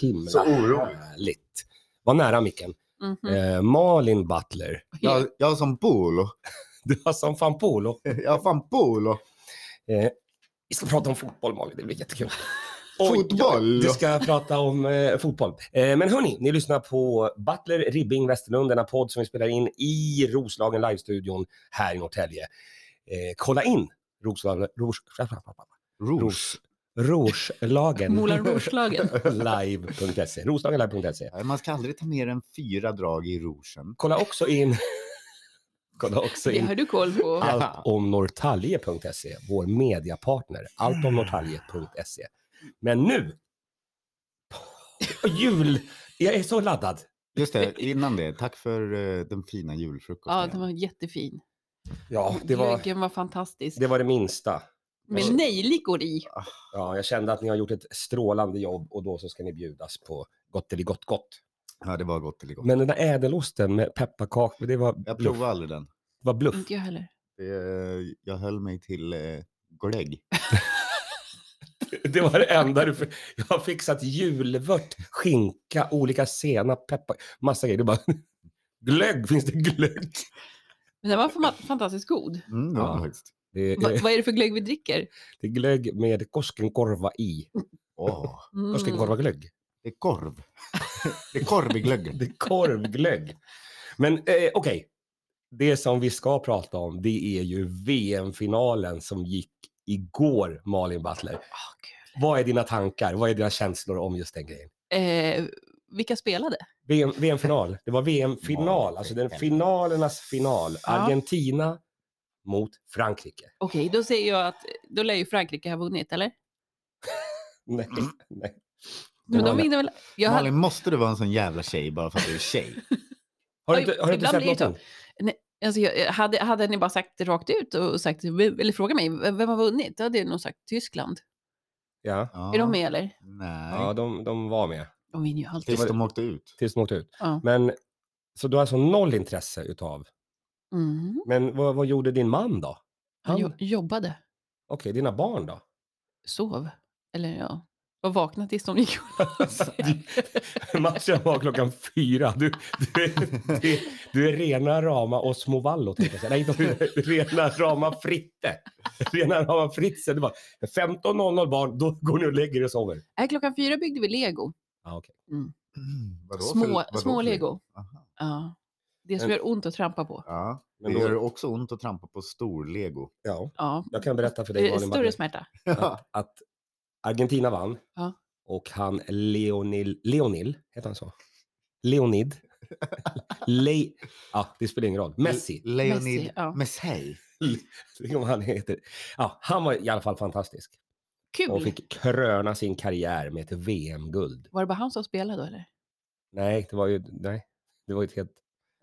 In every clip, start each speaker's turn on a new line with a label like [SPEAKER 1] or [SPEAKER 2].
[SPEAKER 1] himla
[SPEAKER 2] Så orolig.
[SPEAKER 1] härligt. Var nära micken.
[SPEAKER 3] Mhm.
[SPEAKER 1] Eh, Malin Butler.
[SPEAKER 2] Jag, jag är som Polo.
[SPEAKER 1] Du har som fan polo.
[SPEAKER 2] Jag är fan Polo.
[SPEAKER 1] Eh, vi ska prata om fotboll, Malin. Det blir jättekul.
[SPEAKER 2] Fotboll?
[SPEAKER 1] Du ska prata om eh, fotboll. Eh, men hörni, ni lyssnar på Butler, Ribbing, Westerlund, denna podd som vi spelar in i Roslagen Live-studion här i Norrtälje. Eh, kolla in Roslagen, Ros, Ros, Roslagen
[SPEAKER 3] Moulin Rouge-lagen.
[SPEAKER 1] live.se. Roslagenlive.se.
[SPEAKER 2] Nej, Man ska aldrig ta mer än fyra drag i rougen.
[SPEAKER 1] Kolla också in, kolla också
[SPEAKER 3] Det
[SPEAKER 1] in
[SPEAKER 3] har du koll på.
[SPEAKER 1] alltomnorrtalje.se, vår mediapartner, alltomnorrtalje.se. Men nu! Jul! Jag är så laddad.
[SPEAKER 2] Just det, innan det. Tack för eh, den fina julfrukosten.
[SPEAKER 3] Ja, den var jättefin.
[SPEAKER 1] Ja, det var
[SPEAKER 3] Glöggen var fantastisk.
[SPEAKER 1] det, var det minsta.
[SPEAKER 3] Med nejlikor i.
[SPEAKER 1] Ja, jag kände att ni har gjort ett strålande jobb och då så ska ni bjudas på gott eller gott gott.
[SPEAKER 2] Ja, det var gott eller gott.
[SPEAKER 1] Men den där ädelosten med pepparkakor, det var
[SPEAKER 2] Jag
[SPEAKER 1] bluff.
[SPEAKER 2] provade aldrig den.
[SPEAKER 1] Det var bluff.
[SPEAKER 3] Inte jag heller.
[SPEAKER 2] Det, eh, jag höll mig till eh, glögg.
[SPEAKER 1] Det var det enda du... För... Jag har fixat julvört, skinka, olika senap, peppar, massa grejer. Du bara... Glögg, finns det glögg?
[SPEAKER 3] Men den var fa- fantastiskt god.
[SPEAKER 2] Mm, det var
[SPEAKER 1] Ja.
[SPEAKER 2] den högst.
[SPEAKER 1] Det är,
[SPEAKER 3] Va, vad är det för glögg vi dricker?
[SPEAKER 1] det är glögg med Koskenkorva i.
[SPEAKER 2] Åh,
[SPEAKER 3] Mm.
[SPEAKER 1] Koskenkorva glögg.
[SPEAKER 2] det är korv. det är korv i glöggen.
[SPEAKER 1] Det är korvglögg. Men eh, okej, det som vi ska prata om det är ju VM-finalen som gick igår, Malin Butler.
[SPEAKER 3] Ah, gud.
[SPEAKER 1] Vad är dina tankar? Vad är dina känslor om just den grejen?
[SPEAKER 3] eh, vilka spelade?
[SPEAKER 1] VM, VM-final. Det var VM-final,
[SPEAKER 2] Malin,
[SPEAKER 1] alltså den
[SPEAKER 2] för
[SPEAKER 1] finalernas final. Argentina mot Frankrike.
[SPEAKER 3] Okej, då säger jag att då lär ju Frankrike ha vunnit, eller?
[SPEAKER 1] Nej,
[SPEAKER 2] Mm.
[SPEAKER 1] nej.
[SPEAKER 3] Men de
[SPEAKER 1] Malin,
[SPEAKER 3] vinner väl? Jag hade,
[SPEAKER 2] Malin, måste du vara en sån jävla tjej bara för att du är tjej?
[SPEAKER 1] Har du inte, har du inte
[SPEAKER 3] Ibland
[SPEAKER 1] sett
[SPEAKER 3] blir det så.
[SPEAKER 1] någonting?
[SPEAKER 3] alltså jag, hade, hade ni bara sagt det rakt ut och sagt, eller frågat mig, vem har vunnit? Då hade jag nog sagt Tyskland.
[SPEAKER 1] Ja,
[SPEAKER 2] Ja.
[SPEAKER 3] Är de med eller?
[SPEAKER 2] Nej.
[SPEAKER 1] ja de, de var med.
[SPEAKER 3] De vinner ju alltid.
[SPEAKER 2] Tills de åkte ut.
[SPEAKER 1] tills de åkte ut.
[SPEAKER 3] Ja.
[SPEAKER 1] Men, så du har alltså noll intresse utav.
[SPEAKER 3] Mm.
[SPEAKER 1] Men vad, vad gjorde din man då?
[SPEAKER 3] Han
[SPEAKER 1] Han-
[SPEAKER 3] jo, jobbade,
[SPEAKER 1] Okej, dina barn då?
[SPEAKER 3] sov, eller ja, var vakna tills de gick
[SPEAKER 1] Alltså, Matchen var klockan fyra. Du, du, är- du, är- du är rena rama Osmovallo, tänkte jag säga. Nej, inte Osmovallo. rena rama Fritte. Rena rama Fritze. Det var 15.00 barn, då går ni och lägger er och sover.
[SPEAKER 3] Nej, klockan fyra byggde vi lego.
[SPEAKER 1] Ah, okay.
[SPEAKER 2] Mm, vadå för-
[SPEAKER 3] Små,
[SPEAKER 2] vadå för-
[SPEAKER 3] små lego.
[SPEAKER 2] Aha.
[SPEAKER 3] Ja. Det som
[SPEAKER 1] Men-
[SPEAKER 3] gör ont att trampa på.
[SPEAKER 2] Ja,
[SPEAKER 1] Men
[SPEAKER 2] det
[SPEAKER 1] då-
[SPEAKER 2] gör också ont att trampa på stor lego.
[SPEAKER 1] ja,
[SPEAKER 3] Ja.
[SPEAKER 1] jag kan berätta för dig,
[SPEAKER 3] Det är
[SPEAKER 1] Malin,
[SPEAKER 3] större
[SPEAKER 1] Butler,
[SPEAKER 3] smärta.
[SPEAKER 1] att, att Argentina vann.
[SPEAKER 3] Ja.
[SPEAKER 1] Och han Leonil, Leonil, heter han så? Leonid? Le, ja, det spelar ingen roll. Messi.
[SPEAKER 2] Le- Leonid
[SPEAKER 3] Messi, ja.
[SPEAKER 2] Messi.
[SPEAKER 1] Tänk om han heter. Ja, han var i alla fall fantastisk och
[SPEAKER 3] Kul!
[SPEAKER 1] fick kröna sin karriär med ett VM-guld.
[SPEAKER 3] Var det bara han som spelade då eller?
[SPEAKER 1] Nej, det var ju, nej, det var ju ett helt,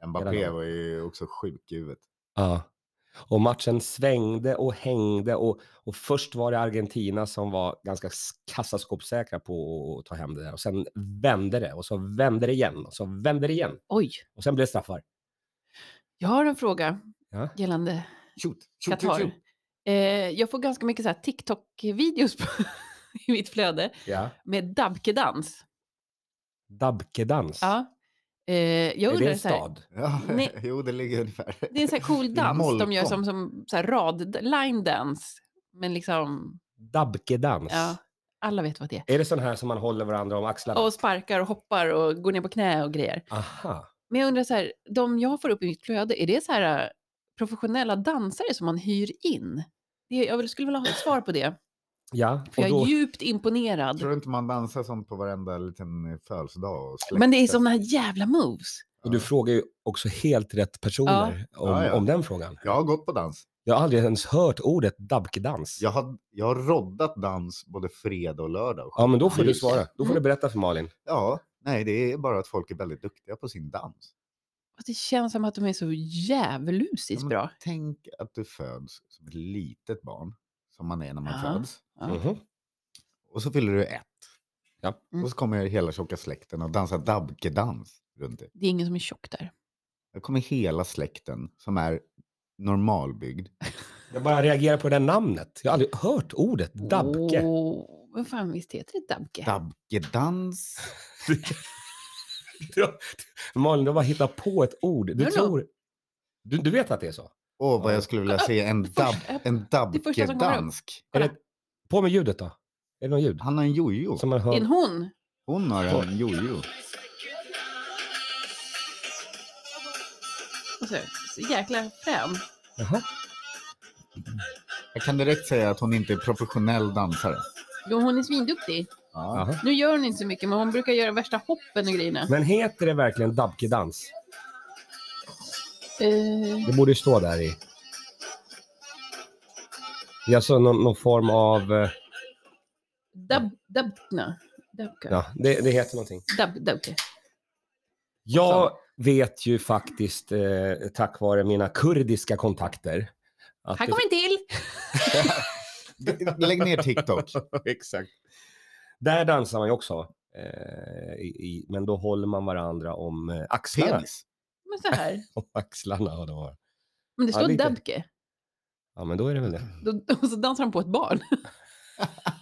[SPEAKER 2] Mbappé
[SPEAKER 1] Hela
[SPEAKER 2] var ju också sjuk i huvudet.
[SPEAKER 1] ja. Och matchen svängde och hängde och, och först var det Argentina som var ganska s- kassaskåpssäkra på att ta hem det där och sen vände det och så vände det igen och så vände det igen
[SPEAKER 3] Oj!
[SPEAKER 1] och sen blev det straffar.
[SPEAKER 3] Jag har en fråga
[SPEAKER 1] Ja.
[SPEAKER 3] gällande
[SPEAKER 2] Shoot, shoot, shoot,
[SPEAKER 3] Qatar.
[SPEAKER 2] shoot.
[SPEAKER 3] Eh, jag får ganska mycket så här TikTok-videos på- i mitt flöde
[SPEAKER 1] Ja.
[SPEAKER 3] med dabkedans.
[SPEAKER 1] Dabkedans.
[SPEAKER 3] Ja. Eh, jag
[SPEAKER 1] Är det
[SPEAKER 3] undrar
[SPEAKER 1] en
[SPEAKER 3] så här,
[SPEAKER 1] stad?
[SPEAKER 2] Ja,
[SPEAKER 3] Nej.
[SPEAKER 2] jo, det ligger ungefär.
[SPEAKER 3] Det är en sån här cool
[SPEAKER 2] Det är
[SPEAKER 3] dans de gör
[SPEAKER 2] molkom.
[SPEAKER 3] som, som så här rad, line dance. Men liksom,
[SPEAKER 1] Dabkedans.
[SPEAKER 3] ja, alla vet vad det är.
[SPEAKER 1] Är det sån här som man håller varandra om axlarna?
[SPEAKER 3] Och sparkar och hoppar och går ner på knä och grejer.
[SPEAKER 1] Aha.
[SPEAKER 3] Men jag undrar så här, de jag får upp i mitt flöde, är det så här eh, professionella dansare som man hyr in? Det, jag vill- skulle vilja ha ett svar på det.
[SPEAKER 1] Ja,
[SPEAKER 3] För
[SPEAKER 1] och
[SPEAKER 3] jag
[SPEAKER 1] då,
[SPEAKER 3] är djupt imponerad.
[SPEAKER 2] Tror du inte man dansar sånt på varenda liten eh, födelsedag? Och släkt?
[SPEAKER 3] Men det är sådana här jävla moves.
[SPEAKER 1] och du frågar ju också helt rätt personer Om,
[SPEAKER 2] Ja, ja.
[SPEAKER 1] om den frågan.
[SPEAKER 2] Jag har gått på dans.
[SPEAKER 1] Jag har aldrig ens hört ordet dabkedans.
[SPEAKER 2] Jag har, jag har roddat dans både fredag och lördag. och
[SPEAKER 1] Ja, men då får du
[SPEAKER 2] Just det.
[SPEAKER 1] svara. Då får du
[SPEAKER 3] Mm.
[SPEAKER 1] berätta för Malin.
[SPEAKER 2] Ja, nej, det är bara att folk är väldigt duktiga på sin dans.
[SPEAKER 3] Fast det känns som att de är så djävulusiskt
[SPEAKER 2] Ja, men
[SPEAKER 3] bra.
[SPEAKER 2] Tänk att du föds som ett litet barn, som man är när man
[SPEAKER 3] Ja.
[SPEAKER 2] föds.
[SPEAKER 3] Ja.
[SPEAKER 1] Mhm.
[SPEAKER 2] Och så fyller du ett.
[SPEAKER 1] Ja.
[SPEAKER 3] Mm.
[SPEAKER 2] Och så kommer hela tjocka släkten och dansar dabkedans runt dig.
[SPEAKER 3] Det är ingen som är tjock där.
[SPEAKER 2] Då kommer hela släkten som är normalbyggd.
[SPEAKER 1] Jag bara reagerar på det där namnet. Jag har aldrig hört ordet dabke.
[SPEAKER 3] Åh, vad fan visst heter det Dabke?
[SPEAKER 2] Dabgedans.
[SPEAKER 1] Du har- Malin, du har bara hittat på ett ord. Du
[SPEAKER 3] Ja, ja.
[SPEAKER 1] tror... Du, du vet att det är så?
[SPEAKER 2] Åh, vad jag skulle vilja se en, dab,
[SPEAKER 3] första-
[SPEAKER 2] en
[SPEAKER 3] det första som kommer upp.
[SPEAKER 2] dabbgedansk.
[SPEAKER 1] Är
[SPEAKER 3] Kolla.
[SPEAKER 1] det, på med ljudet då. Är det något ljud?
[SPEAKER 2] Han har en jojo.
[SPEAKER 1] Som man
[SPEAKER 3] Det är en
[SPEAKER 1] hör?
[SPEAKER 3] hon.
[SPEAKER 2] Hon har en jojo.
[SPEAKER 3] Och så, Alltså, så jäkla frän.
[SPEAKER 1] Jaha.
[SPEAKER 2] Jag kan direkt säga att hon inte är professionell dansare.
[SPEAKER 3] Jo, hon är svinduktig.
[SPEAKER 2] Ja.
[SPEAKER 1] Jaha.
[SPEAKER 3] Nu gör hon inte så mycket, men hon brukar göra värsta hoppen och grejerna.
[SPEAKER 1] Men heter det verkligen Dabkedans?
[SPEAKER 3] Eh,
[SPEAKER 1] Det borde ju stå där i... Det är alltså någon, någon form av... eh,
[SPEAKER 3] dab, dabkna. Dabka.
[SPEAKER 1] Ja, det, det heter någonting.
[SPEAKER 3] Dab, dabke.
[SPEAKER 1] Jag
[SPEAKER 3] Alltså.
[SPEAKER 1] vet ju faktiskt, eh, tack vare mina kurdiska kontakter... Att
[SPEAKER 3] Här
[SPEAKER 1] det-
[SPEAKER 3] kommer en till!
[SPEAKER 2] Lägg ner TikTok.
[SPEAKER 1] Exakt. Där dansar man ju också. Eh, i, i, men då håller man varandra om eh, axlarna.
[SPEAKER 2] Penis.
[SPEAKER 3] Men så här.
[SPEAKER 1] Om axlarna har de varit.
[SPEAKER 3] Men det
[SPEAKER 1] Ja,
[SPEAKER 3] står
[SPEAKER 1] lite.
[SPEAKER 3] dabke.
[SPEAKER 1] Ja, men då är det väl det.
[SPEAKER 3] Då- Och så dansar han på ett barn.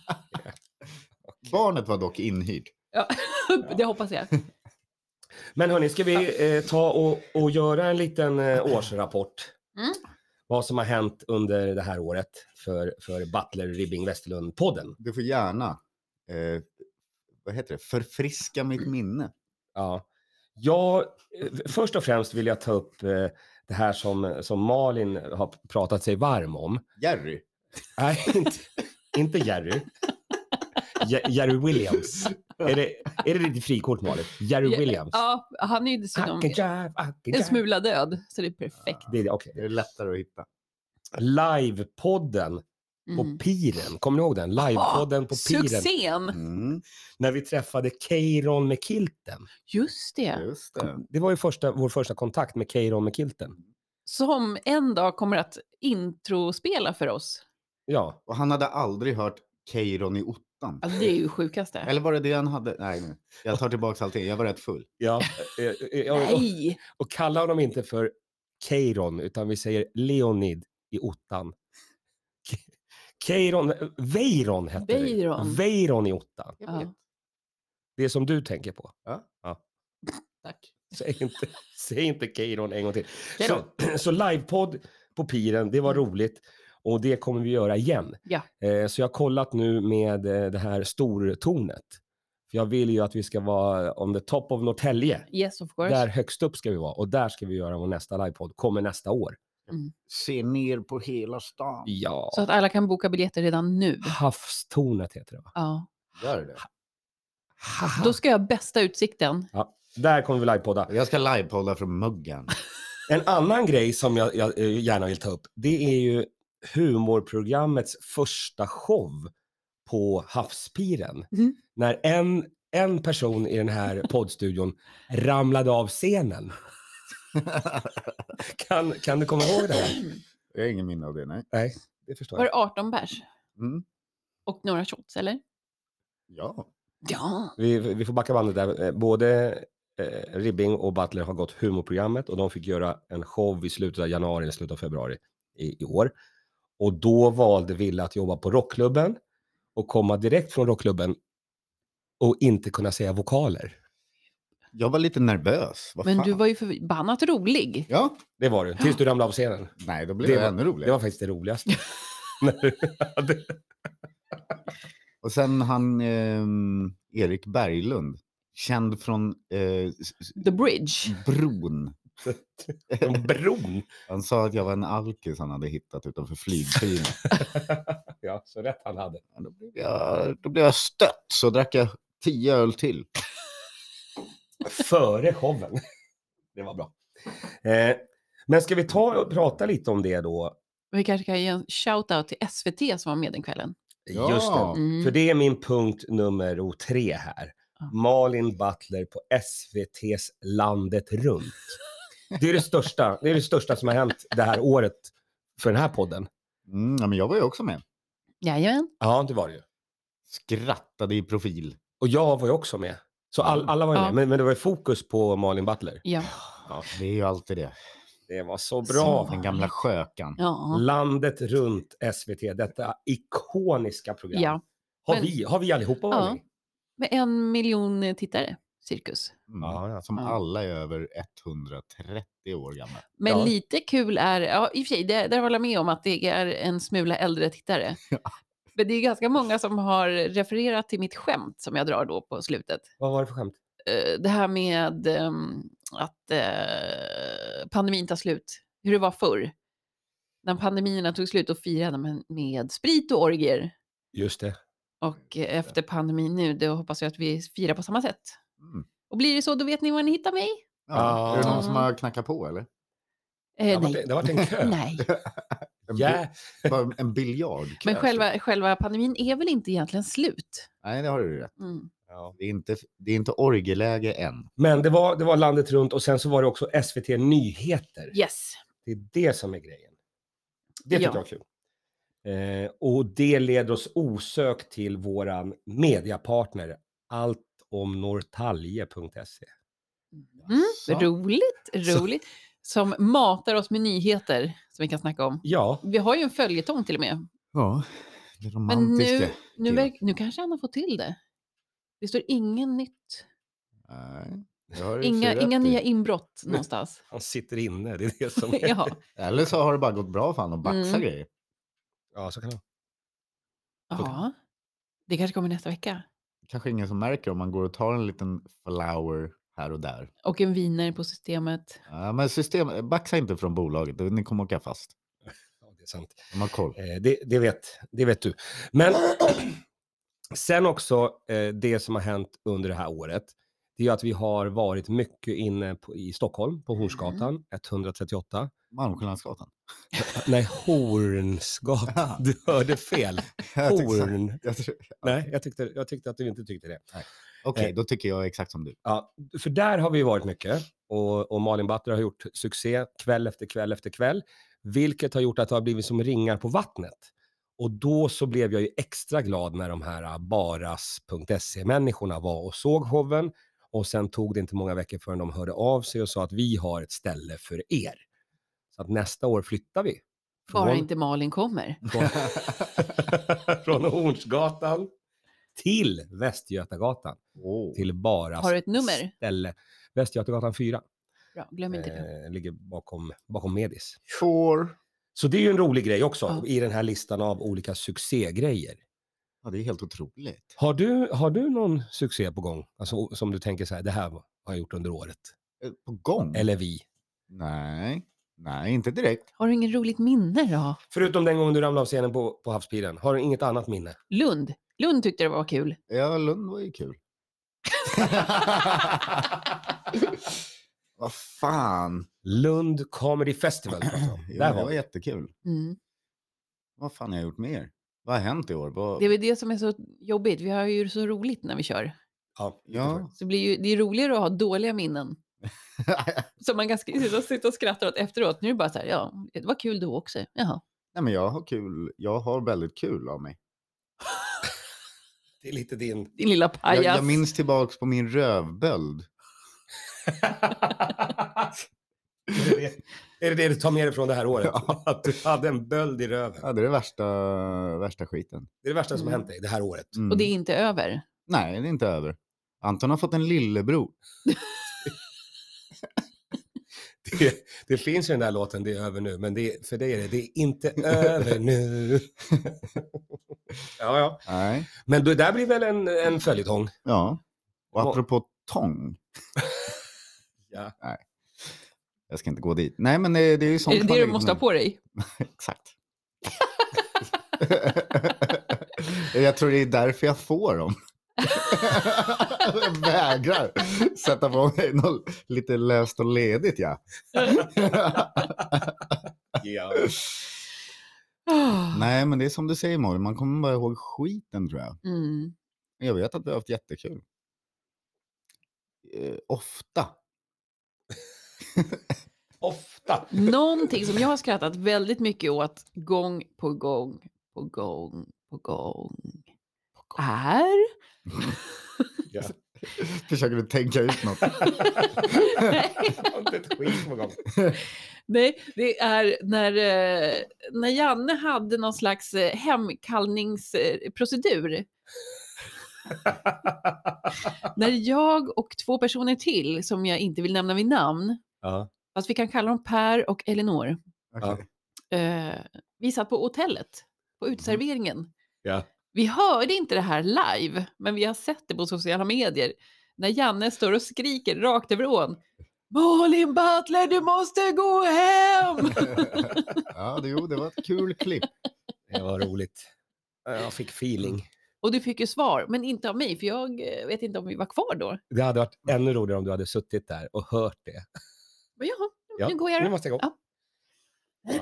[SPEAKER 2] Barnet var dock inhyrd.
[SPEAKER 3] Ja, det hoppas jag.
[SPEAKER 1] Men hörni, ska vi eh, ta och, och göra en liten eh, årsrapport?
[SPEAKER 3] Mm.
[SPEAKER 1] Vad som har hänt under det här året för, för Butler Ribbing Westerlund-podden.
[SPEAKER 2] Du får gärna, eh, vad heter det, förfriska mitt minne.
[SPEAKER 1] Ja. Jag, eh, först och främst vill jag ta upp eh, det här som, som Malin har pratat sig varm om.
[SPEAKER 2] Jerry.
[SPEAKER 1] Nej, inte, inte Jerry. Je- Jerry Williams. Är det, är det ditt frikort, Malin? Jerry
[SPEAKER 3] Ja,
[SPEAKER 1] Williams.
[SPEAKER 3] Ja, han är ju dessutom
[SPEAKER 1] Hacka jive, hacka
[SPEAKER 3] en
[SPEAKER 1] jive.
[SPEAKER 3] smula död, så det är perfekt.
[SPEAKER 1] Det är det, okej.
[SPEAKER 2] Det är lättare att hitta.
[SPEAKER 1] Livepodden på
[SPEAKER 3] Mm.
[SPEAKER 1] piren. Kommer ni ihåg den? Livepodden på piren.
[SPEAKER 3] Succén!
[SPEAKER 2] Mm,
[SPEAKER 1] När vi träffade Keiron med kilten.
[SPEAKER 3] Just det.
[SPEAKER 2] just det.
[SPEAKER 1] Det var ju första, vår första kontakt med Keiron med kilten.
[SPEAKER 3] Som en dag kommer att introspela för oss.
[SPEAKER 1] Ja,
[SPEAKER 2] Och han hade aldrig hört Keiron i ottan.
[SPEAKER 3] Alltså, det är ju sjukaste.
[SPEAKER 2] Eller var det det han hade? Nej, nu. jag tar tillbaka allting. Jag var rätt full.
[SPEAKER 1] ja. eh, eh, ja, och,
[SPEAKER 3] Nej!
[SPEAKER 1] och kalla honom inte för Keiron, utan vi säger Leonid i ottan. Ke- Keiron, eh, Veiron hette
[SPEAKER 3] Veiron.
[SPEAKER 1] det. Veiron i ottan.
[SPEAKER 2] Jag vet.
[SPEAKER 3] Ja.
[SPEAKER 1] Det som du tänker på.
[SPEAKER 3] Tack.
[SPEAKER 1] Säg inte, säg inte Keiron en gång till.
[SPEAKER 3] Keiron. Mm.
[SPEAKER 1] Så, så livepodd på piren, det var roligt. Och det kommer vi göra igen.
[SPEAKER 3] Ja.
[SPEAKER 1] Eh, så jag har kollat nu med eh, det här stortornet. För jag vill ju att vi ska vara on the top of Norrtälje.
[SPEAKER 3] Yes, of course.
[SPEAKER 1] Där högst upp ska vi vara och där ska vi göra vår nästa livepodd. Kommer nästa år.
[SPEAKER 2] Se ner på hela stan.
[SPEAKER 1] Ja.
[SPEAKER 3] Så att alla kan boka biljetter redan nu.
[SPEAKER 1] Havstornet heter det va?
[SPEAKER 3] Ja.
[SPEAKER 2] Gör det.
[SPEAKER 3] Då ska jag ha bästa utsikten.
[SPEAKER 1] Där kommer vi livepodda.
[SPEAKER 2] Jag ska livepodda från muggen.
[SPEAKER 1] En annan grej som jag, jag eh, gärna vill ta upp, det är ju humorprogrammets första show på Havspiren.
[SPEAKER 3] Mhm.
[SPEAKER 1] När en, en person i den här poddstudion ramlade av scenen. Kan, kan du komma ihåg det här?
[SPEAKER 2] Jag har ingen minne av det, nej.
[SPEAKER 1] Det förstår
[SPEAKER 3] Var
[SPEAKER 1] jag.
[SPEAKER 3] det 18 bärs?
[SPEAKER 2] Mm.
[SPEAKER 3] Och några shots, eller?
[SPEAKER 2] Ja.
[SPEAKER 3] Ja.
[SPEAKER 1] Vi, vi får backa bandet där. Eh, Både eh, Ribbing och Butler har gått humorprogrammet och de fick göra en show i slutet av januari eller slutet av februari i, i år. Och då valde Ville att jobba på rockklubben och komma direkt från rockklubben och inte kunna säga vokaler.
[SPEAKER 2] Jag var lite nervös. Vad
[SPEAKER 3] Men
[SPEAKER 2] fan?
[SPEAKER 3] du var ju förbannat rolig.
[SPEAKER 2] Ja.
[SPEAKER 1] Det var det, tills du ramlade av scenen.
[SPEAKER 2] Nej, då blev
[SPEAKER 1] Det
[SPEAKER 2] det,
[SPEAKER 1] var-
[SPEAKER 2] ännu
[SPEAKER 1] Det
[SPEAKER 2] roligare.
[SPEAKER 1] var faktiskt det roligaste. När du hade-
[SPEAKER 2] Och sen han ehm, Erik Berglund, känd från eh, s- s-
[SPEAKER 3] The Bridge.
[SPEAKER 2] bron.
[SPEAKER 1] Från bron.
[SPEAKER 2] Han sa att jag var en alkis han hade hittat utanför flygpilen.
[SPEAKER 1] Ja, så rätt han hade.
[SPEAKER 2] Ja, Då blev jag, då blev jag stött, så drack jag tio öl till.
[SPEAKER 1] Före showen. Det var bra. Eh, men ska vi ta och prata lite om det då?
[SPEAKER 3] Vi kanske kan ge en shout-out till SVT som var med den kvällen.
[SPEAKER 2] Ja.
[SPEAKER 1] Just det.
[SPEAKER 3] Mm.
[SPEAKER 1] För det är min punkt nummer tre här.
[SPEAKER 3] Ja.
[SPEAKER 1] Malin Butler på SVT's Landet runt. Det är det största, det är det största som har hänt det här året för den här podden.
[SPEAKER 2] Mm, ja, men jag var ju också med.
[SPEAKER 3] Jajamän.
[SPEAKER 1] Ja, det var det ju.
[SPEAKER 2] Skrattade i profil.
[SPEAKER 1] Och jag var ju också med. Så all, alla var ju
[SPEAKER 3] Ja.
[SPEAKER 1] med, men, men det var ju fokus på Malin Butler.
[SPEAKER 3] Ja.
[SPEAKER 2] Det är ju alltid det.
[SPEAKER 1] Det var så
[SPEAKER 3] Så.
[SPEAKER 1] bra.
[SPEAKER 2] Den gamla skökan.
[SPEAKER 3] Ja.
[SPEAKER 1] Landet runt SVT, detta ikoniska program.
[SPEAKER 3] ja.
[SPEAKER 1] Har,
[SPEAKER 3] Men-
[SPEAKER 1] vi, har vi allihopa
[SPEAKER 3] Ja.
[SPEAKER 1] varit med?
[SPEAKER 3] Med en miljon eh, tittare, cirkus.
[SPEAKER 2] Mm.
[SPEAKER 1] Ja, ja.
[SPEAKER 2] Som
[SPEAKER 3] Ja.
[SPEAKER 2] alla är över 130 år gamla.
[SPEAKER 3] Men
[SPEAKER 1] Ja.
[SPEAKER 3] lite kul är, ja i och för sig, det, där håller jag med om att det är en smula äldre tittare. Men det är ganska många som har refererat till mitt skämt som jag drar då på slutet.
[SPEAKER 1] Vad var det för skämt?
[SPEAKER 3] Eh, Det här med ehm, att eh, pandemin tar slut, hur det var förr. När pandemierna tog slut och firade man med sprit och orger.
[SPEAKER 1] Just Mm, det.
[SPEAKER 3] Och eh, efter pandemin nu, då hoppas jag att vi firar på samma sätt.
[SPEAKER 2] Mm.
[SPEAKER 3] Och blir det så, då vet ni var ni hittar mig.
[SPEAKER 2] Ja.
[SPEAKER 1] Ah.
[SPEAKER 2] Är det någon som
[SPEAKER 3] Mm.
[SPEAKER 2] har knackat på eller?
[SPEAKER 1] Det
[SPEAKER 3] Eh,
[SPEAKER 1] har varit,
[SPEAKER 3] nej.
[SPEAKER 1] det alltså har varit en kö.
[SPEAKER 3] nej.
[SPEAKER 2] En, bi-
[SPEAKER 1] Ja,
[SPEAKER 2] bara en biljardkö.
[SPEAKER 3] Men själva, själva pandemin är väl inte egentligen slut?
[SPEAKER 2] Nej, det har du rätt.
[SPEAKER 3] Mm.
[SPEAKER 1] Ja.
[SPEAKER 2] Det är inte, det är inte orgelläge än.
[SPEAKER 1] Men det var, det var landet runt och sen så var det också SVT Nyheter.
[SPEAKER 3] Yes.
[SPEAKER 1] Det är det som är grejen. Det tycker
[SPEAKER 3] Ja.
[SPEAKER 1] jag är kul. Eh, och det leder oss osökt till våran mediapartner allt om Norrtalje.se.
[SPEAKER 3] Mm.
[SPEAKER 2] Jaså?
[SPEAKER 3] Roligt, roligt. Som matar oss med nyheter som vi kan snacka om.
[SPEAKER 1] Ja,
[SPEAKER 3] Vi har ju en följetong till och med.
[SPEAKER 2] Ja, det
[SPEAKER 3] Men
[SPEAKER 2] romantiska.
[SPEAKER 3] nu, nu,
[SPEAKER 2] Kul.
[SPEAKER 3] verk, nu kanske han har fått till det. Det står ingen nytt.
[SPEAKER 2] Nej, det har du
[SPEAKER 3] Inga,
[SPEAKER 2] rätt
[SPEAKER 3] inga
[SPEAKER 2] i.
[SPEAKER 3] nya inbrott någonstans.
[SPEAKER 1] han sitter inne. Det är det som är.
[SPEAKER 3] ja.
[SPEAKER 2] Eller så har det bara gått bra för han och baxar
[SPEAKER 3] Mm.
[SPEAKER 2] grejer.
[SPEAKER 1] Ja, så kan det vara.
[SPEAKER 3] ja. Det kanske kommer nästa vecka.
[SPEAKER 2] Kanske ingen som märker om man går och tar en liten flower här och där.
[SPEAKER 3] Och en viner på systemet.
[SPEAKER 2] Ja, men system, baxa inte från bolaget, då ni kommer åka fast.
[SPEAKER 1] Ja, det är sant.
[SPEAKER 2] De har koll.
[SPEAKER 1] Eh, det, det, vet, det vet du. Men sen också eh, det som har hänt under det här året. Det är ju att vi har varit mycket inne på, i Stockholm,
[SPEAKER 2] Mm.
[SPEAKER 1] på Hornsgatan 138.
[SPEAKER 2] Malmskillnadsgatan.
[SPEAKER 1] Nej, Hornsgatan. Du hörde fel.
[SPEAKER 2] Jag tyckte så-
[SPEAKER 1] Horn.
[SPEAKER 2] jag tror-
[SPEAKER 1] Nej, jag tyckte, jag tyckte att du inte tyckte det.
[SPEAKER 2] Okej,
[SPEAKER 1] Eh.
[SPEAKER 2] då tycker jag exakt som du.
[SPEAKER 1] Ja, för där har vi varit mycket och, och Malin Butler har gjort succé kväll efter kväll efter kväll, vilket har gjort att det har blivit som ringar på vattnet. Och då så blev jag ju extra glad när de här ah, baras.se-människorna var och såg showen och sen tog det inte många veckor förrän de hörde av sig och sa att vi har ett ställe för er. Så att nästa år flyttar vi.
[SPEAKER 3] Bara
[SPEAKER 1] Från-
[SPEAKER 3] inte Malin kommer.
[SPEAKER 1] Från, från Hornsgatan till Västgötagatan.
[SPEAKER 2] Åh.
[SPEAKER 1] till Baras
[SPEAKER 3] Har du ett nummer?
[SPEAKER 1] ställe. Västgötagatan 4
[SPEAKER 3] Bra, glöm inte det.
[SPEAKER 1] eh, ligger bakom, bakom Medis.
[SPEAKER 2] Sure.
[SPEAKER 1] Så det är ju en rolig grej också
[SPEAKER 3] Ja.
[SPEAKER 1] i den här listan av olika succégrejer.
[SPEAKER 2] Ja, det är helt otroligt.
[SPEAKER 1] Har du, har du någon succé på gång? Alltså, o- som du tänker så här, det här har jag gjort under året.
[SPEAKER 2] Eh, På gång?
[SPEAKER 3] Mm.
[SPEAKER 1] Eller vi.
[SPEAKER 2] Nej, nej, inte direkt.
[SPEAKER 3] Har du ingen roligt minne då?
[SPEAKER 1] Förutom den gången du ramlade av scenen på, på havspiren. Har du inget annat minne?
[SPEAKER 3] Lund. Lund tyckte det var kul.
[SPEAKER 2] Ja, Lund var ju kul. Vad fan.
[SPEAKER 1] Lund Comedy Festival. Alltså.
[SPEAKER 2] Jo,
[SPEAKER 1] Där
[SPEAKER 2] det
[SPEAKER 1] var
[SPEAKER 2] var
[SPEAKER 1] vi.
[SPEAKER 2] jättekul.
[SPEAKER 3] Mm.
[SPEAKER 2] Vad fan har jag gjort mer? Vad har hänt i år? Vad...
[SPEAKER 3] Det är väl det som är så jobbigt. Vi har ju så roligt när vi kör.
[SPEAKER 1] Ja, lite
[SPEAKER 2] Ja.
[SPEAKER 3] Så det, blir ju, det är roligare att ha dåliga minnen. Som man ganska sitter och- sitter och skrattar åt efteråt. Nu är det bara så här, ja, det var kul då också. Jaha.
[SPEAKER 2] Nej, men jag har kul. Jag har väldigt kul av mig.
[SPEAKER 1] så. Det är lite din...
[SPEAKER 3] Din lilla
[SPEAKER 2] Jag,
[SPEAKER 3] pajas.
[SPEAKER 2] jag minns tillbaks på min rövböld.
[SPEAKER 1] är, det det, är det det du tar med dig från det här året? Att du hade en böld i röven.
[SPEAKER 2] Ja, det är det värsta, värsta skiten.
[SPEAKER 1] Det är det värsta som har
[SPEAKER 3] Mm.
[SPEAKER 1] hänt dig det här året.
[SPEAKER 2] Mm.
[SPEAKER 3] Och det är inte över.
[SPEAKER 2] Nej, det är inte över. Anton har fått en lillebror.
[SPEAKER 1] Det, det finns ju den där låten, det är över nu, men det, för dig är det, det är inte över nu. ja, ja.
[SPEAKER 2] Nej,
[SPEAKER 1] Men det där blir väl en, en följetong?
[SPEAKER 2] ja. Och
[SPEAKER 1] Vad-
[SPEAKER 2] apropå tång.
[SPEAKER 1] Ja.
[SPEAKER 2] Nej, jag ska inte gå dit. Nej, men det, det är ju sånt
[SPEAKER 3] Är det
[SPEAKER 2] man
[SPEAKER 3] det du
[SPEAKER 2] vill
[SPEAKER 3] måste
[SPEAKER 2] nu.
[SPEAKER 3] ha på dig?
[SPEAKER 2] Exakt. jag tror det är därför jag får dem. jag vägrar sätta på mig något lite löst och ledigt, ja.
[SPEAKER 1] Ja.
[SPEAKER 3] Ah.
[SPEAKER 2] Nej, men det är som du säger, Molly. Man kommer bara ihåg skiten, tror jag.
[SPEAKER 3] Mm.
[SPEAKER 2] Jag vet att vi har haft jättekul. Eh, ofta.
[SPEAKER 1] Ofta.
[SPEAKER 3] Någonting som jag har skrattat väldigt mycket åt gång på gång på gång på gång är...
[SPEAKER 1] Ja.
[SPEAKER 2] Försöker du tänka ut något?
[SPEAKER 1] Jag har Inte ett skit på gång.
[SPEAKER 3] Nej, det är när, eh, när Janne hade någon slags eh, hemkallningsprocedur När jag och två personer till som jag inte vill nämna vid namn,
[SPEAKER 1] Ja.
[SPEAKER 3] fast vi kan kalla dem Per och Elinor,
[SPEAKER 2] Okej.
[SPEAKER 3] eh, vi satt på hotellet, på utserveringen.
[SPEAKER 1] Ja.
[SPEAKER 3] Vi hörde inte det här live, men vi har sett det på sociala medier. När Janne står och skriker rakt över ån. Malin Butler, du måste gå hem!
[SPEAKER 2] ja, det, jo, det var ett kul klipp.
[SPEAKER 1] Det var roligt. Mm. Jag fick feeling.
[SPEAKER 3] Och du fick ju svar, men inte av mig, för jag eh, vet inte om vi var kvar då.
[SPEAKER 1] Det hade varit ännu roligare om du hade suttit där och hört det.
[SPEAKER 3] Men jaha,
[SPEAKER 1] Ja,
[SPEAKER 3] nu går jag
[SPEAKER 1] Nu
[SPEAKER 3] då.
[SPEAKER 1] måste jag gå.
[SPEAKER 3] Ja.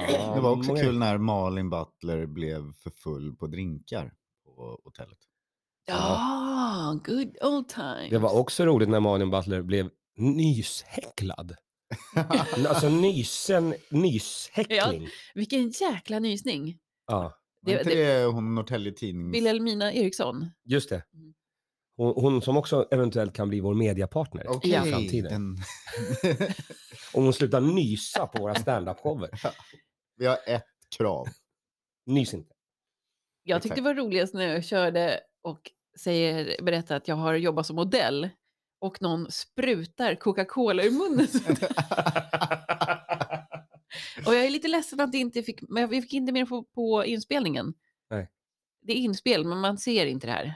[SPEAKER 1] Ja,
[SPEAKER 2] Det var också
[SPEAKER 1] många-
[SPEAKER 2] kul när Malin Butler blev för full på drinkar på hotellet.
[SPEAKER 3] Ja, good old times.
[SPEAKER 1] Det var också roligt när Malin Butler blev nyshäcklad. Alltså nysen, nyshäckling.
[SPEAKER 3] Vilken jäkla
[SPEAKER 1] Mm.
[SPEAKER 3] nysning.
[SPEAKER 1] Ja,
[SPEAKER 2] Var
[SPEAKER 3] Det-
[SPEAKER 2] inte det, hon Norrtälje Tidnings...
[SPEAKER 3] Wilhelmina Eriksson.
[SPEAKER 1] just det.
[SPEAKER 3] Mm.
[SPEAKER 1] Hon, hon som också eventuellt kan bli vår mediapartner
[SPEAKER 2] Okej,
[SPEAKER 1] i framtiden.
[SPEAKER 2] den...
[SPEAKER 1] Om hon slutar nysa på våra standup-shower.
[SPEAKER 2] vi har ett krav.
[SPEAKER 1] Nys inte.
[SPEAKER 3] Jag tyckte det var roligast när jag körde och säger, berättar att jag har jobbat som modell och någon sprutar Coca-Cola ur munnen. och jag är lite ledsen att det inte fick, men jag fick inte med på, på inspelningen.
[SPEAKER 1] Nej.
[SPEAKER 3] Det är inspel, men man ser inte det här.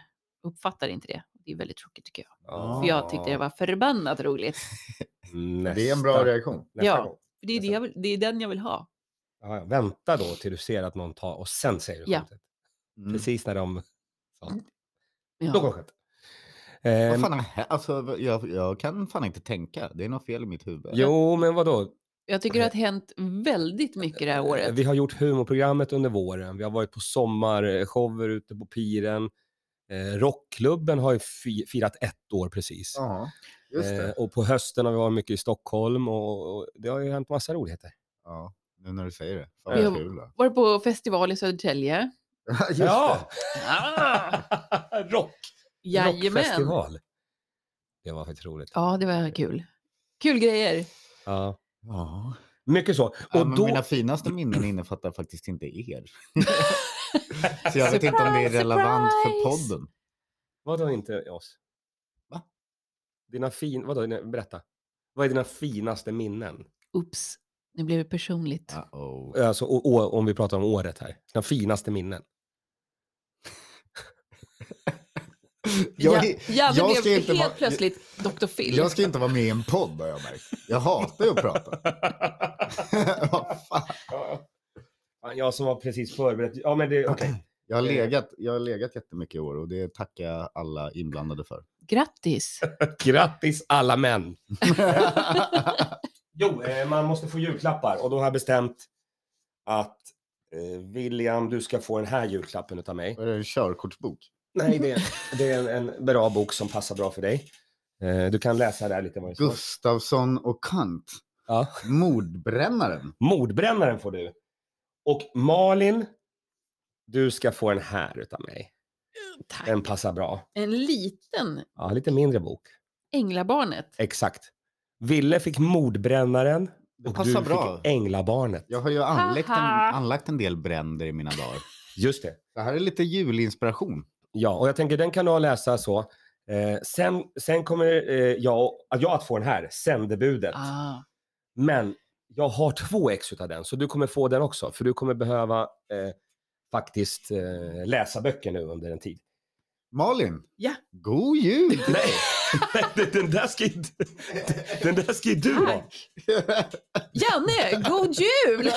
[SPEAKER 3] Uppfattar inte det. Det är väldigt tråkigt tycker jag. För jag tyckte det var förbannat roligt.
[SPEAKER 1] Ah. Nästa,
[SPEAKER 2] Det är en bra reaktion.
[SPEAKER 1] nästa
[SPEAKER 3] Ja.
[SPEAKER 1] gång.
[SPEAKER 3] För Det är, det jag, vill- det är den jag vill ha.
[SPEAKER 1] Ja, ja. Vänta då till du ser att någon tar och sen säger du
[SPEAKER 3] Ja. Mm.
[SPEAKER 1] skämtet.
[SPEAKER 2] Mm.
[SPEAKER 1] Precis när de sa.
[SPEAKER 3] Ja.
[SPEAKER 1] Då kom skämtet. Ehm,
[SPEAKER 2] Vad fan har hä- alltså, jag, jag kan fan inte tänka. Det är något fel i mitt huvud.
[SPEAKER 1] jo, men vadå?
[SPEAKER 3] Jag tycker det har hänt väldigt mycket det här året.
[SPEAKER 1] Eh, Vi har gjort humorprogrammet under våren. Vi har varit på sommarshower ute på piren. Eh, rockklubben har ju fi- firat ett år precis.
[SPEAKER 2] Ja, just
[SPEAKER 1] Eh,
[SPEAKER 2] det.
[SPEAKER 1] och på hösten har vi varit mycket i Stockholm och, och det har ju hänt massa roligheter.
[SPEAKER 2] Ja, nu när du säger det. Fan
[SPEAKER 3] Vi
[SPEAKER 2] vad
[SPEAKER 3] har-
[SPEAKER 2] kul. då.
[SPEAKER 3] Varit på festival i Södertälje.
[SPEAKER 2] Just
[SPEAKER 1] ja!
[SPEAKER 3] Ah,
[SPEAKER 1] Rock!
[SPEAKER 3] jajamän.
[SPEAKER 1] Rockfestival. Det var faktiskt roligt.
[SPEAKER 3] Ja, det var kul. Kul grejer.
[SPEAKER 1] Ja.
[SPEAKER 2] det. Ja.
[SPEAKER 1] Mycket så. Och
[SPEAKER 2] Ja, men
[SPEAKER 1] då...
[SPEAKER 2] Mina finaste minnen innefattar faktiskt inte er. Så jag vet inte om det är
[SPEAKER 3] Surprise,
[SPEAKER 2] relevant för
[SPEAKER 3] surprise!
[SPEAKER 2] podden.
[SPEAKER 1] Vadå inte oss?
[SPEAKER 2] Va?
[SPEAKER 1] Dina fin... Vadå? Nej, Berätta. Vad är dina finaste minnen?
[SPEAKER 3] Oops, nu blev det personligt.
[SPEAKER 2] Uh-oh.
[SPEAKER 1] Alltså, å- å- om vi pratar om året här. Dina finaste minnen.
[SPEAKER 2] Jag,
[SPEAKER 3] ja, ja,
[SPEAKER 2] jag
[SPEAKER 3] det
[SPEAKER 2] ska
[SPEAKER 3] blev
[SPEAKER 2] inte
[SPEAKER 3] helt
[SPEAKER 2] vara-
[SPEAKER 3] plötsligt Dr. Phil.
[SPEAKER 2] jag ska inte vara med i en podd har jag märkt. Jag hatar ju att prata. Vad fan.
[SPEAKER 1] Fan, Jag som var precis förberett. Ja, men det... Okej.
[SPEAKER 2] jag, har legat, jag har legat jättemycket i år och det tackar jag alla inblandade för.
[SPEAKER 3] Grattis!
[SPEAKER 1] Grattis alla män! Jo, eh, man måste få julklappar och då har jag bestämt att eh, William, du ska få den här julklappen utav mig.
[SPEAKER 2] Är det en körkortsbok?
[SPEAKER 1] Nej, det, det är en, en bra bok som passar bra för dig. Eh, du kan läsa där lite vad det står.
[SPEAKER 2] Gustafsson och Kant.
[SPEAKER 1] Ja.
[SPEAKER 2] Mordbrännaren.
[SPEAKER 1] Mordbrännaren får du. Och Malin, du ska få den här utav mig.
[SPEAKER 3] Tack.
[SPEAKER 1] Den passar bra.
[SPEAKER 3] En liten
[SPEAKER 1] Ja, lite mindre bok.
[SPEAKER 3] Änglabarnet.
[SPEAKER 1] Exakt. Ville fick Mordbrännaren
[SPEAKER 2] Det
[SPEAKER 1] och
[SPEAKER 2] passar
[SPEAKER 1] du
[SPEAKER 2] bra.
[SPEAKER 1] fick Änglabarnet.
[SPEAKER 2] Jag har ju anlagt en,
[SPEAKER 3] Haha.
[SPEAKER 2] anlagt en del bränder i mina dagar.
[SPEAKER 1] Just det.
[SPEAKER 2] Det här är lite julinspiration.
[SPEAKER 1] Ja, och jag tänker den kan du ha läsa så. Eh, sen, sen kommer eh, jag, att jag att få den här, sändebudet.
[SPEAKER 3] Ah,
[SPEAKER 1] Men jag har två ex utav den, så du kommer få den också. För du kommer behöva eh, faktiskt eh, läsa böcker nu under en tid.
[SPEAKER 2] Malin.
[SPEAKER 3] Ja.
[SPEAKER 2] God jul!
[SPEAKER 1] Nej, nej, den där ska inte, den där ska ju du ha.
[SPEAKER 3] tack! Janne, god jul!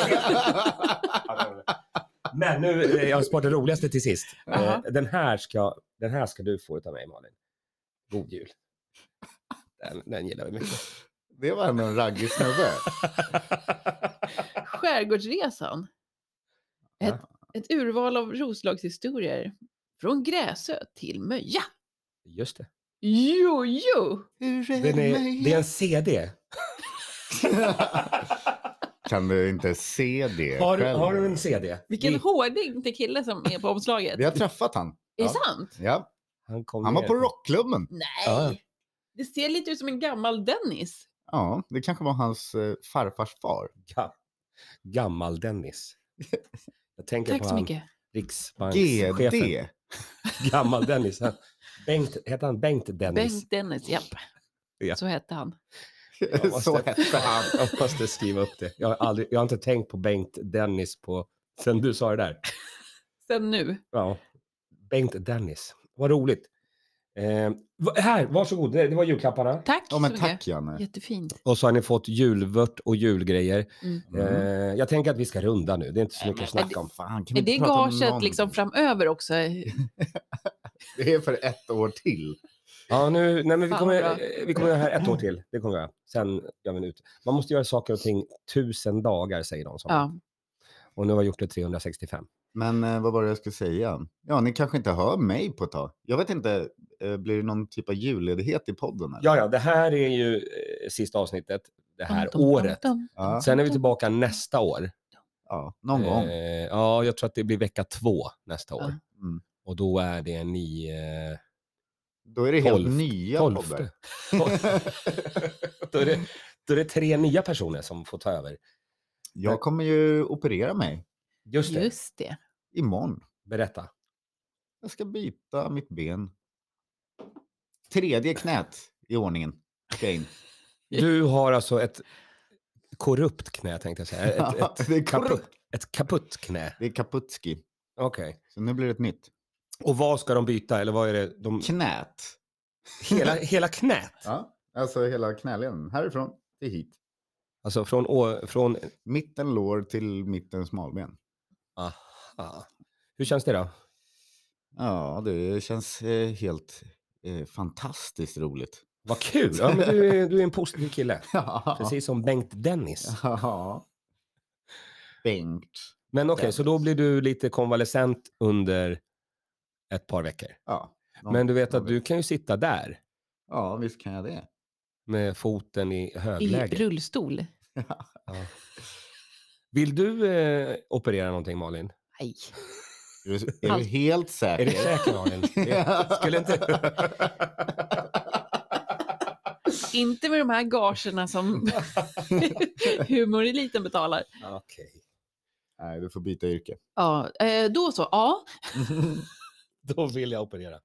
[SPEAKER 1] Men nu, eh, jag har sparat det roligaste till sist. Eh,
[SPEAKER 3] Aha.
[SPEAKER 1] den, här ska, den här ska du få utav mig Malin. God jul. Den, den gillar vi mycket.
[SPEAKER 2] det var ändå en raggig snubbe.
[SPEAKER 3] Skärgårdsresan. Ett, ett urval av Roslagshistorier. Från Gräsö till Möja.
[SPEAKER 1] Just det.
[SPEAKER 3] Jo, jo!
[SPEAKER 2] Hur är
[SPEAKER 1] Den är, det är en CD.
[SPEAKER 2] Kan du inte se det
[SPEAKER 1] Har, du-
[SPEAKER 2] själv?
[SPEAKER 1] har du en CD?
[SPEAKER 3] Vilken
[SPEAKER 1] Vi-
[SPEAKER 3] hårding till kille som är på omslaget.
[SPEAKER 2] Vi har träffat han.
[SPEAKER 3] Är
[SPEAKER 1] ja.
[SPEAKER 3] det sant?
[SPEAKER 2] Ja,
[SPEAKER 1] Han, kom
[SPEAKER 2] han var
[SPEAKER 1] ner.
[SPEAKER 2] på rockklubben.
[SPEAKER 3] Nej!
[SPEAKER 1] Ja.
[SPEAKER 3] Det ser lite ut som en gammal Dennis.
[SPEAKER 2] Ja, det kanske var hans eh, farfars far.
[SPEAKER 1] Ga- Gammal-Dennis. Jag tänker
[SPEAKER 3] Tack
[SPEAKER 1] på
[SPEAKER 3] så
[SPEAKER 1] han,
[SPEAKER 3] mycket.
[SPEAKER 1] riksbankschefen.
[SPEAKER 2] GD.
[SPEAKER 1] Gammal Dennis. Han- Bengt, hette han Bengt Dennis?
[SPEAKER 3] Bengt Dennis, japp.
[SPEAKER 1] Ja.
[SPEAKER 3] Så hette han.
[SPEAKER 1] Jag måste-
[SPEAKER 2] Så hette han.
[SPEAKER 1] Jag måste skriva upp det. Jag har, aldrig, jag har inte tänkt på Bengt Dennis på, sen du sa det där.
[SPEAKER 3] Sen nu.
[SPEAKER 1] Ja. Bengt Dennis. Vad roligt. Eh, va- här, varsågod. Det, det var julklapparna.
[SPEAKER 3] Tack
[SPEAKER 2] Ja,
[SPEAKER 3] så
[SPEAKER 2] men
[SPEAKER 3] mycket.
[SPEAKER 2] tack Janne.
[SPEAKER 3] Jättefint.
[SPEAKER 1] Och så har ni fått julvört och julgrejer.
[SPEAKER 3] Mm.
[SPEAKER 2] Mm.
[SPEAKER 1] Eh, jag tänker att vi ska runda nu. Det är inte så mycket att snacka om.
[SPEAKER 2] Fan, kan vi
[SPEAKER 3] Är det
[SPEAKER 2] inte prata om
[SPEAKER 3] gaget
[SPEAKER 2] någon-
[SPEAKER 3] liksom framöver också?
[SPEAKER 2] Det är för ett år till.
[SPEAKER 1] Ja, nu, nej, men vi,
[SPEAKER 3] Fan,
[SPEAKER 1] kommer,
[SPEAKER 3] vad bra.
[SPEAKER 1] eh, vi kommer göra det här ett år till. Det kommer vi göra. Sen gör vi en ut. Man måste göra saker och ting tusen dagar, säger de. Som.
[SPEAKER 3] Ja.
[SPEAKER 1] Och nu har jag gjort det 365.
[SPEAKER 2] Men eh, vad var det jag skulle säga? Ja, ni kanske inte hör mig på ett tag. Jag vet inte, eh, blir det någon typ av julledighet i podden? Eller?
[SPEAKER 1] Ja, ja, det här är ju eh, sista avsnittet det här
[SPEAKER 3] Dum, dum, dum,
[SPEAKER 1] året.
[SPEAKER 3] dum.
[SPEAKER 2] Ja,
[SPEAKER 1] Sen är vi tillbaka nästa år.
[SPEAKER 2] ja, någon gång.
[SPEAKER 1] Eh, ja, jag tror att det blir vecka två nästa år.
[SPEAKER 2] Mm.
[SPEAKER 1] Och då är det nio... Eh,
[SPEAKER 2] Då är det helt
[SPEAKER 1] tolv-
[SPEAKER 2] nya
[SPEAKER 1] tolfte.
[SPEAKER 2] poddar.
[SPEAKER 1] då, är det, då är det tre nya personer som får ta över.
[SPEAKER 2] Jag kommer ju operera mig
[SPEAKER 1] Just det,
[SPEAKER 3] Just det.
[SPEAKER 2] imorgon.
[SPEAKER 1] berätta.
[SPEAKER 2] Jag ska byta mitt ben. Tredje knät i ordningen. ska in.
[SPEAKER 1] Du har alltså ett korrupt knä tänkte jag säga. Ett,
[SPEAKER 2] Ja,
[SPEAKER 1] ett,
[SPEAKER 2] det är
[SPEAKER 1] kaputt,
[SPEAKER 2] korrupt.
[SPEAKER 1] ett kaputt knä.
[SPEAKER 2] Det är Kaputski.
[SPEAKER 1] Okej.
[SPEAKER 2] Så nu blir det ett nytt.
[SPEAKER 1] Och vad ska de byta? Eller vad är det? De,
[SPEAKER 2] Knät.
[SPEAKER 1] hela, hela knät?
[SPEAKER 2] Ja, alltså hela knäleden. Härifrån till hit.
[SPEAKER 1] Alltså från... å- från
[SPEAKER 2] Mitten lår till mitten smalben.
[SPEAKER 1] aha. Hur känns det då?
[SPEAKER 2] Ja, det känns eh, helt eh, fantastiskt roligt.
[SPEAKER 1] Vad kul! Ja, men du, är- du är en positiv kille.
[SPEAKER 2] Ja.
[SPEAKER 1] Precis som Bengt Dennis.
[SPEAKER 2] Ja. Bengt.
[SPEAKER 1] Men okej, så då
[SPEAKER 2] Dennis.
[SPEAKER 1] blir du lite konvalescent under ett par veckor.
[SPEAKER 2] Ja. någon-
[SPEAKER 1] Men du vet
[SPEAKER 2] någon
[SPEAKER 1] att du kan ju sitta där
[SPEAKER 2] Ja, visst kan jag det.
[SPEAKER 1] med foten i
[SPEAKER 3] I
[SPEAKER 1] högläge.
[SPEAKER 3] rullstol.
[SPEAKER 1] Ja. Vill du eh, operera någonting Malin?
[SPEAKER 3] Nej.
[SPEAKER 2] Är du, är du
[SPEAKER 3] Allt.
[SPEAKER 2] helt
[SPEAKER 1] Är du
[SPEAKER 2] säker?
[SPEAKER 1] säker Malin? Skulle inte...
[SPEAKER 3] Inte med de här gagerna som humoreliten betalar.
[SPEAKER 1] Okej.
[SPEAKER 2] Nej, du får byta yrke.
[SPEAKER 3] Ja, eh, då så. Ja,
[SPEAKER 1] Då vill jag operera.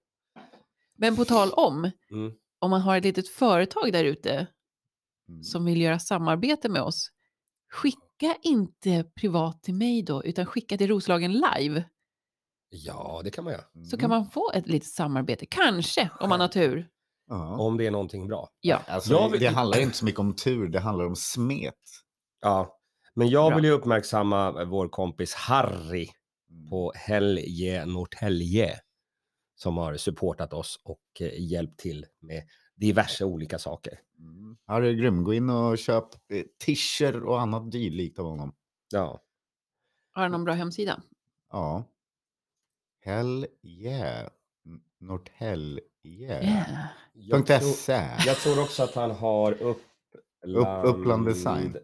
[SPEAKER 3] men på tal om,
[SPEAKER 1] Mm.
[SPEAKER 3] om man har ett litet företag där ute
[SPEAKER 2] Mm.
[SPEAKER 3] som vill göra samarbete med oss, skicka inte privat till mig då, utan skicka till Roslagen Live.
[SPEAKER 1] Ja, det kan man göra.
[SPEAKER 3] Så
[SPEAKER 2] Mm.
[SPEAKER 3] kan man få ett litet samarbete, kanske, om man har tur.
[SPEAKER 2] Ja.
[SPEAKER 1] Om det är någonting bra.
[SPEAKER 3] Ja,
[SPEAKER 2] Alltså,
[SPEAKER 1] Jag vill-
[SPEAKER 2] Det handlar inte så mycket om tur, det handlar om smet.
[SPEAKER 1] Ja. Men jag
[SPEAKER 3] Bra.
[SPEAKER 1] vill ju uppmärksamma vår kompis Harry på Helge Norrtälje som har supportat oss och eh, hjälpt till med diverse olika saker.
[SPEAKER 2] Mm. Harry är grym. Gå in och köp eh, t-shirt och annat dylikt av honom.
[SPEAKER 1] Ja.
[SPEAKER 3] har du någon bra hemsida?
[SPEAKER 2] Ja. Hell yeah. N- Norrtälje.
[SPEAKER 3] Yeah.
[SPEAKER 1] Jag
[SPEAKER 2] Punkt
[SPEAKER 1] tror-
[SPEAKER 2] SE.
[SPEAKER 1] Jag tror också att han har Uppland...
[SPEAKER 2] Upp- Uppland Design.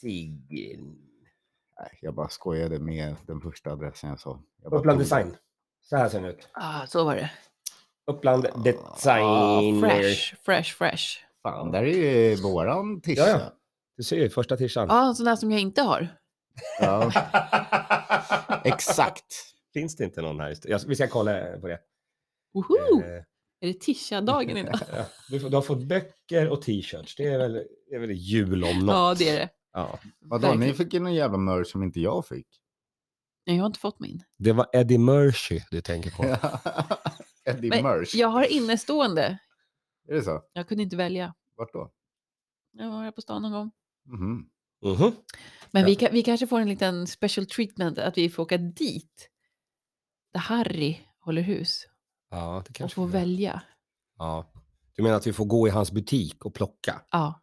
[SPEAKER 1] Design.
[SPEAKER 2] Nej, Jag bara skojade med den första adressen jag sa. Jag bara
[SPEAKER 1] Uppland
[SPEAKER 2] tog den.
[SPEAKER 1] Design. Så här ser den ut.
[SPEAKER 3] Ah, så var det.
[SPEAKER 1] Uppland
[SPEAKER 2] Ah,
[SPEAKER 1] Design.
[SPEAKER 3] Fresh, fresh, fresh.
[SPEAKER 2] Fan, där är ju våran t-shirt.
[SPEAKER 1] Ja, ja. Du ser ju, första tishan.
[SPEAKER 2] Ah.
[SPEAKER 3] Ja, en sån där som jag inte har.
[SPEAKER 2] Ja, exakt.
[SPEAKER 1] Finns det inte någon här? i st- Jag- Vi ska kolla på det.
[SPEAKER 3] Woho!
[SPEAKER 1] Eh,
[SPEAKER 3] Är det tisha-dagen idag?
[SPEAKER 1] ja. du, får- du har fått böcker och t-shirts. Det är väl, det är väl jul om något.
[SPEAKER 3] Ja, det är det.
[SPEAKER 1] Ja.
[SPEAKER 2] Vadå, ni
[SPEAKER 3] Verkligen.
[SPEAKER 2] fick ju någon jävla merch som inte jag fick.
[SPEAKER 3] Nej, jag har inte fått min.
[SPEAKER 1] Det var Eddie Murphy du tänker på.
[SPEAKER 2] Eddie
[SPEAKER 3] Men
[SPEAKER 2] merch.
[SPEAKER 3] Jag har innestående.
[SPEAKER 2] Är det så?
[SPEAKER 3] Jag kunde inte välja.
[SPEAKER 2] Vart då?
[SPEAKER 3] Jag var här på stan någon gång.
[SPEAKER 2] Mhm.
[SPEAKER 1] Mhm.
[SPEAKER 3] Men
[SPEAKER 1] Ja.
[SPEAKER 3] vi, ka- vi kanske får en liten special treatment, att vi får åka dit. Där Harry håller hus
[SPEAKER 1] Ja, det kanske
[SPEAKER 3] och får
[SPEAKER 1] vi gör.
[SPEAKER 3] välja.
[SPEAKER 1] ja. Du menar att vi får gå i hans butik och plocka?
[SPEAKER 3] Ja.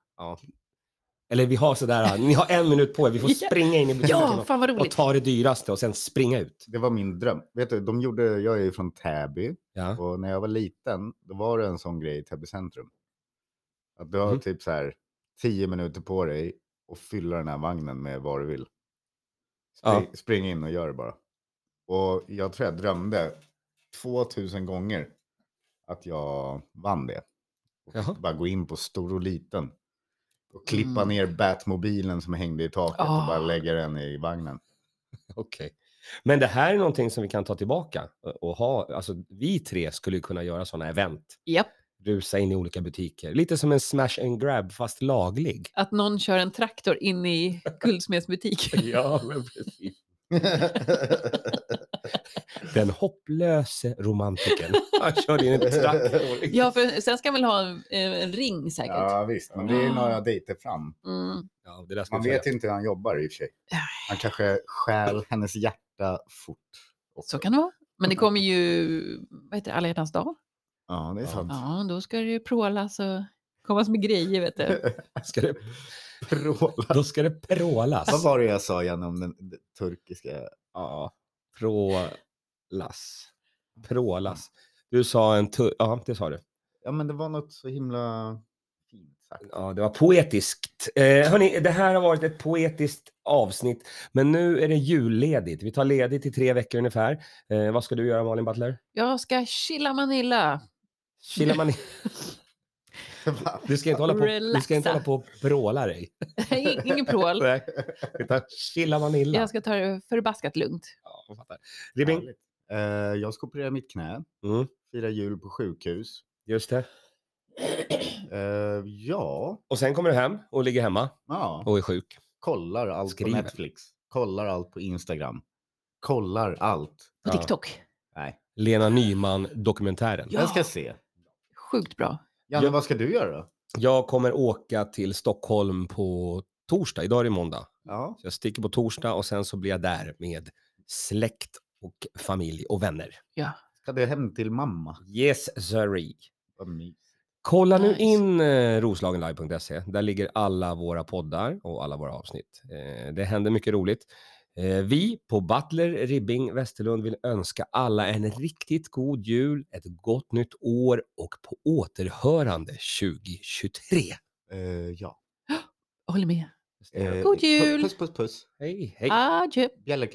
[SPEAKER 1] Eller vi har sådär, ni har en minut på er, vi får
[SPEAKER 3] Ja.
[SPEAKER 1] springa in i butiken
[SPEAKER 3] ja,
[SPEAKER 1] och-
[SPEAKER 3] fan vad
[SPEAKER 1] och
[SPEAKER 3] roligt.
[SPEAKER 1] ta det dyraste och sen springa ut.
[SPEAKER 2] Det var min dröm. Vet du, de gjorde, jag är ju från Täby
[SPEAKER 1] Ja.
[SPEAKER 2] och när jag var liten då var det en sån grej i Täby centrum. Att du har
[SPEAKER 3] Mm.
[SPEAKER 1] Mhm.
[SPEAKER 2] typ så här 10 minuter på dig och fylla den här vagnen med vad du vill. Spring,
[SPEAKER 1] Ja.
[SPEAKER 2] spring in och gör det bara. Och jag tror jag drömde 2000 gånger att jag vann det. Och
[SPEAKER 1] Jaha.
[SPEAKER 2] fick bara gå in på stor och liten. Och klippa
[SPEAKER 3] Mm.
[SPEAKER 2] ner Batmobilen som hängde i taket och bara
[SPEAKER 3] Ah.
[SPEAKER 2] lägga den i vagnen.
[SPEAKER 1] Okej. Men det här är någonting som vi kan ta tillbaka och- och ha. Alltså, vi tre skulle ju kunna göra sådana event.
[SPEAKER 3] Japp.
[SPEAKER 1] Rusa in i olika butiker. Lite som en smash and grab fast laglig.
[SPEAKER 3] Att någon kör en traktor in i guldsmedsbutik.
[SPEAKER 1] Ja, men precis. Den hopplöse romantikern. Han körde in ett traktor.
[SPEAKER 3] Ja, för sen ska man väl ha en, en ring säkert.
[SPEAKER 2] ja, visst. Men det
[SPEAKER 3] Ah.
[SPEAKER 2] är några dejter fram.
[SPEAKER 3] Mm.
[SPEAKER 1] Ja, det där ska
[SPEAKER 2] Man
[SPEAKER 1] vi
[SPEAKER 2] vet
[SPEAKER 1] säga.
[SPEAKER 2] inte hur han jobbar i och för sig.
[SPEAKER 3] Nej.
[SPEAKER 2] Han kanske stjäl hennes hjärta fort. också.
[SPEAKER 3] Så kan det vara. Men det kommer ju, vad heter det, alla hjärtans dag?
[SPEAKER 2] Ja, det är
[SPEAKER 1] Ja.
[SPEAKER 2] sant.
[SPEAKER 3] Ja, då ska det ju prålas och kommas med grejer, vet du.
[SPEAKER 1] Ska det,
[SPEAKER 2] Pråla.
[SPEAKER 1] då ska det prålas.
[SPEAKER 2] Vad var det jag sa igen om den, den turkiska? Ja.
[SPEAKER 1] Prålas. Prålas. Du sa en tu- Ja, det sa du.
[SPEAKER 2] ja, men det var något så himla fint sagt.
[SPEAKER 1] Ja, det var poetiskt. Eh, hörni, det här har varit ett poetiskt avsnitt, men nu är det julledigt. Vi tar ledigt i tre veckor ungefär. Eh, vad ska du göra, Malin Butler?
[SPEAKER 3] Jag ska chilla Manilla.
[SPEAKER 1] Chilla man Du ska inte hålla på, du ska inte
[SPEAKER 3] Relaxa.
[SPEAKER 1] hålla på och bråla dig.
[SPEAKER 3] Nej, Ingen prål.
[SPEAKER 1] Nej, utan chilla manilla.
[SPEAKER 3] Jag ska ta det förbaskat lugnt.
[SPEAKER 1] Ja, jag fattar. Ribbing,
[SPEAKER 2] Härligt. Eh, jag ska operera mitt knä.
[SPEAKER 1] Mm.
[SPEAKER 2] Fira jul på sjukhus.
[SPEAKER 1] just det.
[SPEAKER 2] Eh, ja,
[SPEAKER 1] Och sen kommer du hem och ligger hemma
[SPEAKER 2] ja.
[SPEAKER 1] och är sjuk.
[SPEAKER 2] kollar allt
[SPEAKER 1] Skriver.
[SPEAKER 2] på Netflix. Kollar allt på Instagram. Kollar allt.
[SPEAKER 3] På
[SPEAKER 1] Ja.
[SPEAKER 3] TikTok.
[SPEAKER 2] Nej,
[SPEAKER 1] Lena Nyman-dokumentären.
[SPEAKER 3] Ja.
[SPEAKER 2] jag ska se.
[SPEAKER 3] Sjukt bra.
[SPEAKER 2] Janne,
[SPEAKER 1] Ja.
[SPEAKER 2] vad ska du göra då?
[SPEAKER 1] Jag kommer åka till Stockholm på torsdag. Idag är det måndag.
[SPEAKER 2] Ja,
[SPEAKER 1] Så jag sticker på torsdag och sen så blir jag där med släkt och familj och vänner.
[SPEAKER 2] ska du hem till mamma?
[SPEAKER 1] Yes, sorry.
[SPEAKER 2] Vad mysigt.
[SPEAKER 1] Kolla
[SPEAKER 3] Nice.
[SPEAKER 1] nu in eh, roslagenlive.se. Där ligger alla våra poddar och alla våra avsnitt. Eh, det händer mycket roligt. Eh, vi på Butler Ribbing Westerlund vill önska alla en riktigt god jul, ett gott nytt år och på återhörande 2023.
[SPEAKER 2] Eh, ja.
[SPEAKER 3] Jag håller med.
[SPEAKER 2] Eh,
[SPEAKER 3] God
[SPEAKER 2] pu-
[SPEAKER 3] jul!
[SPEAKER 2] Puss, puss, puss.
[SPEAKER 1] Eh, Hej, hej.
[SPEAKER 3] Adjö.
[SPEAKER 2] Bjällerklang.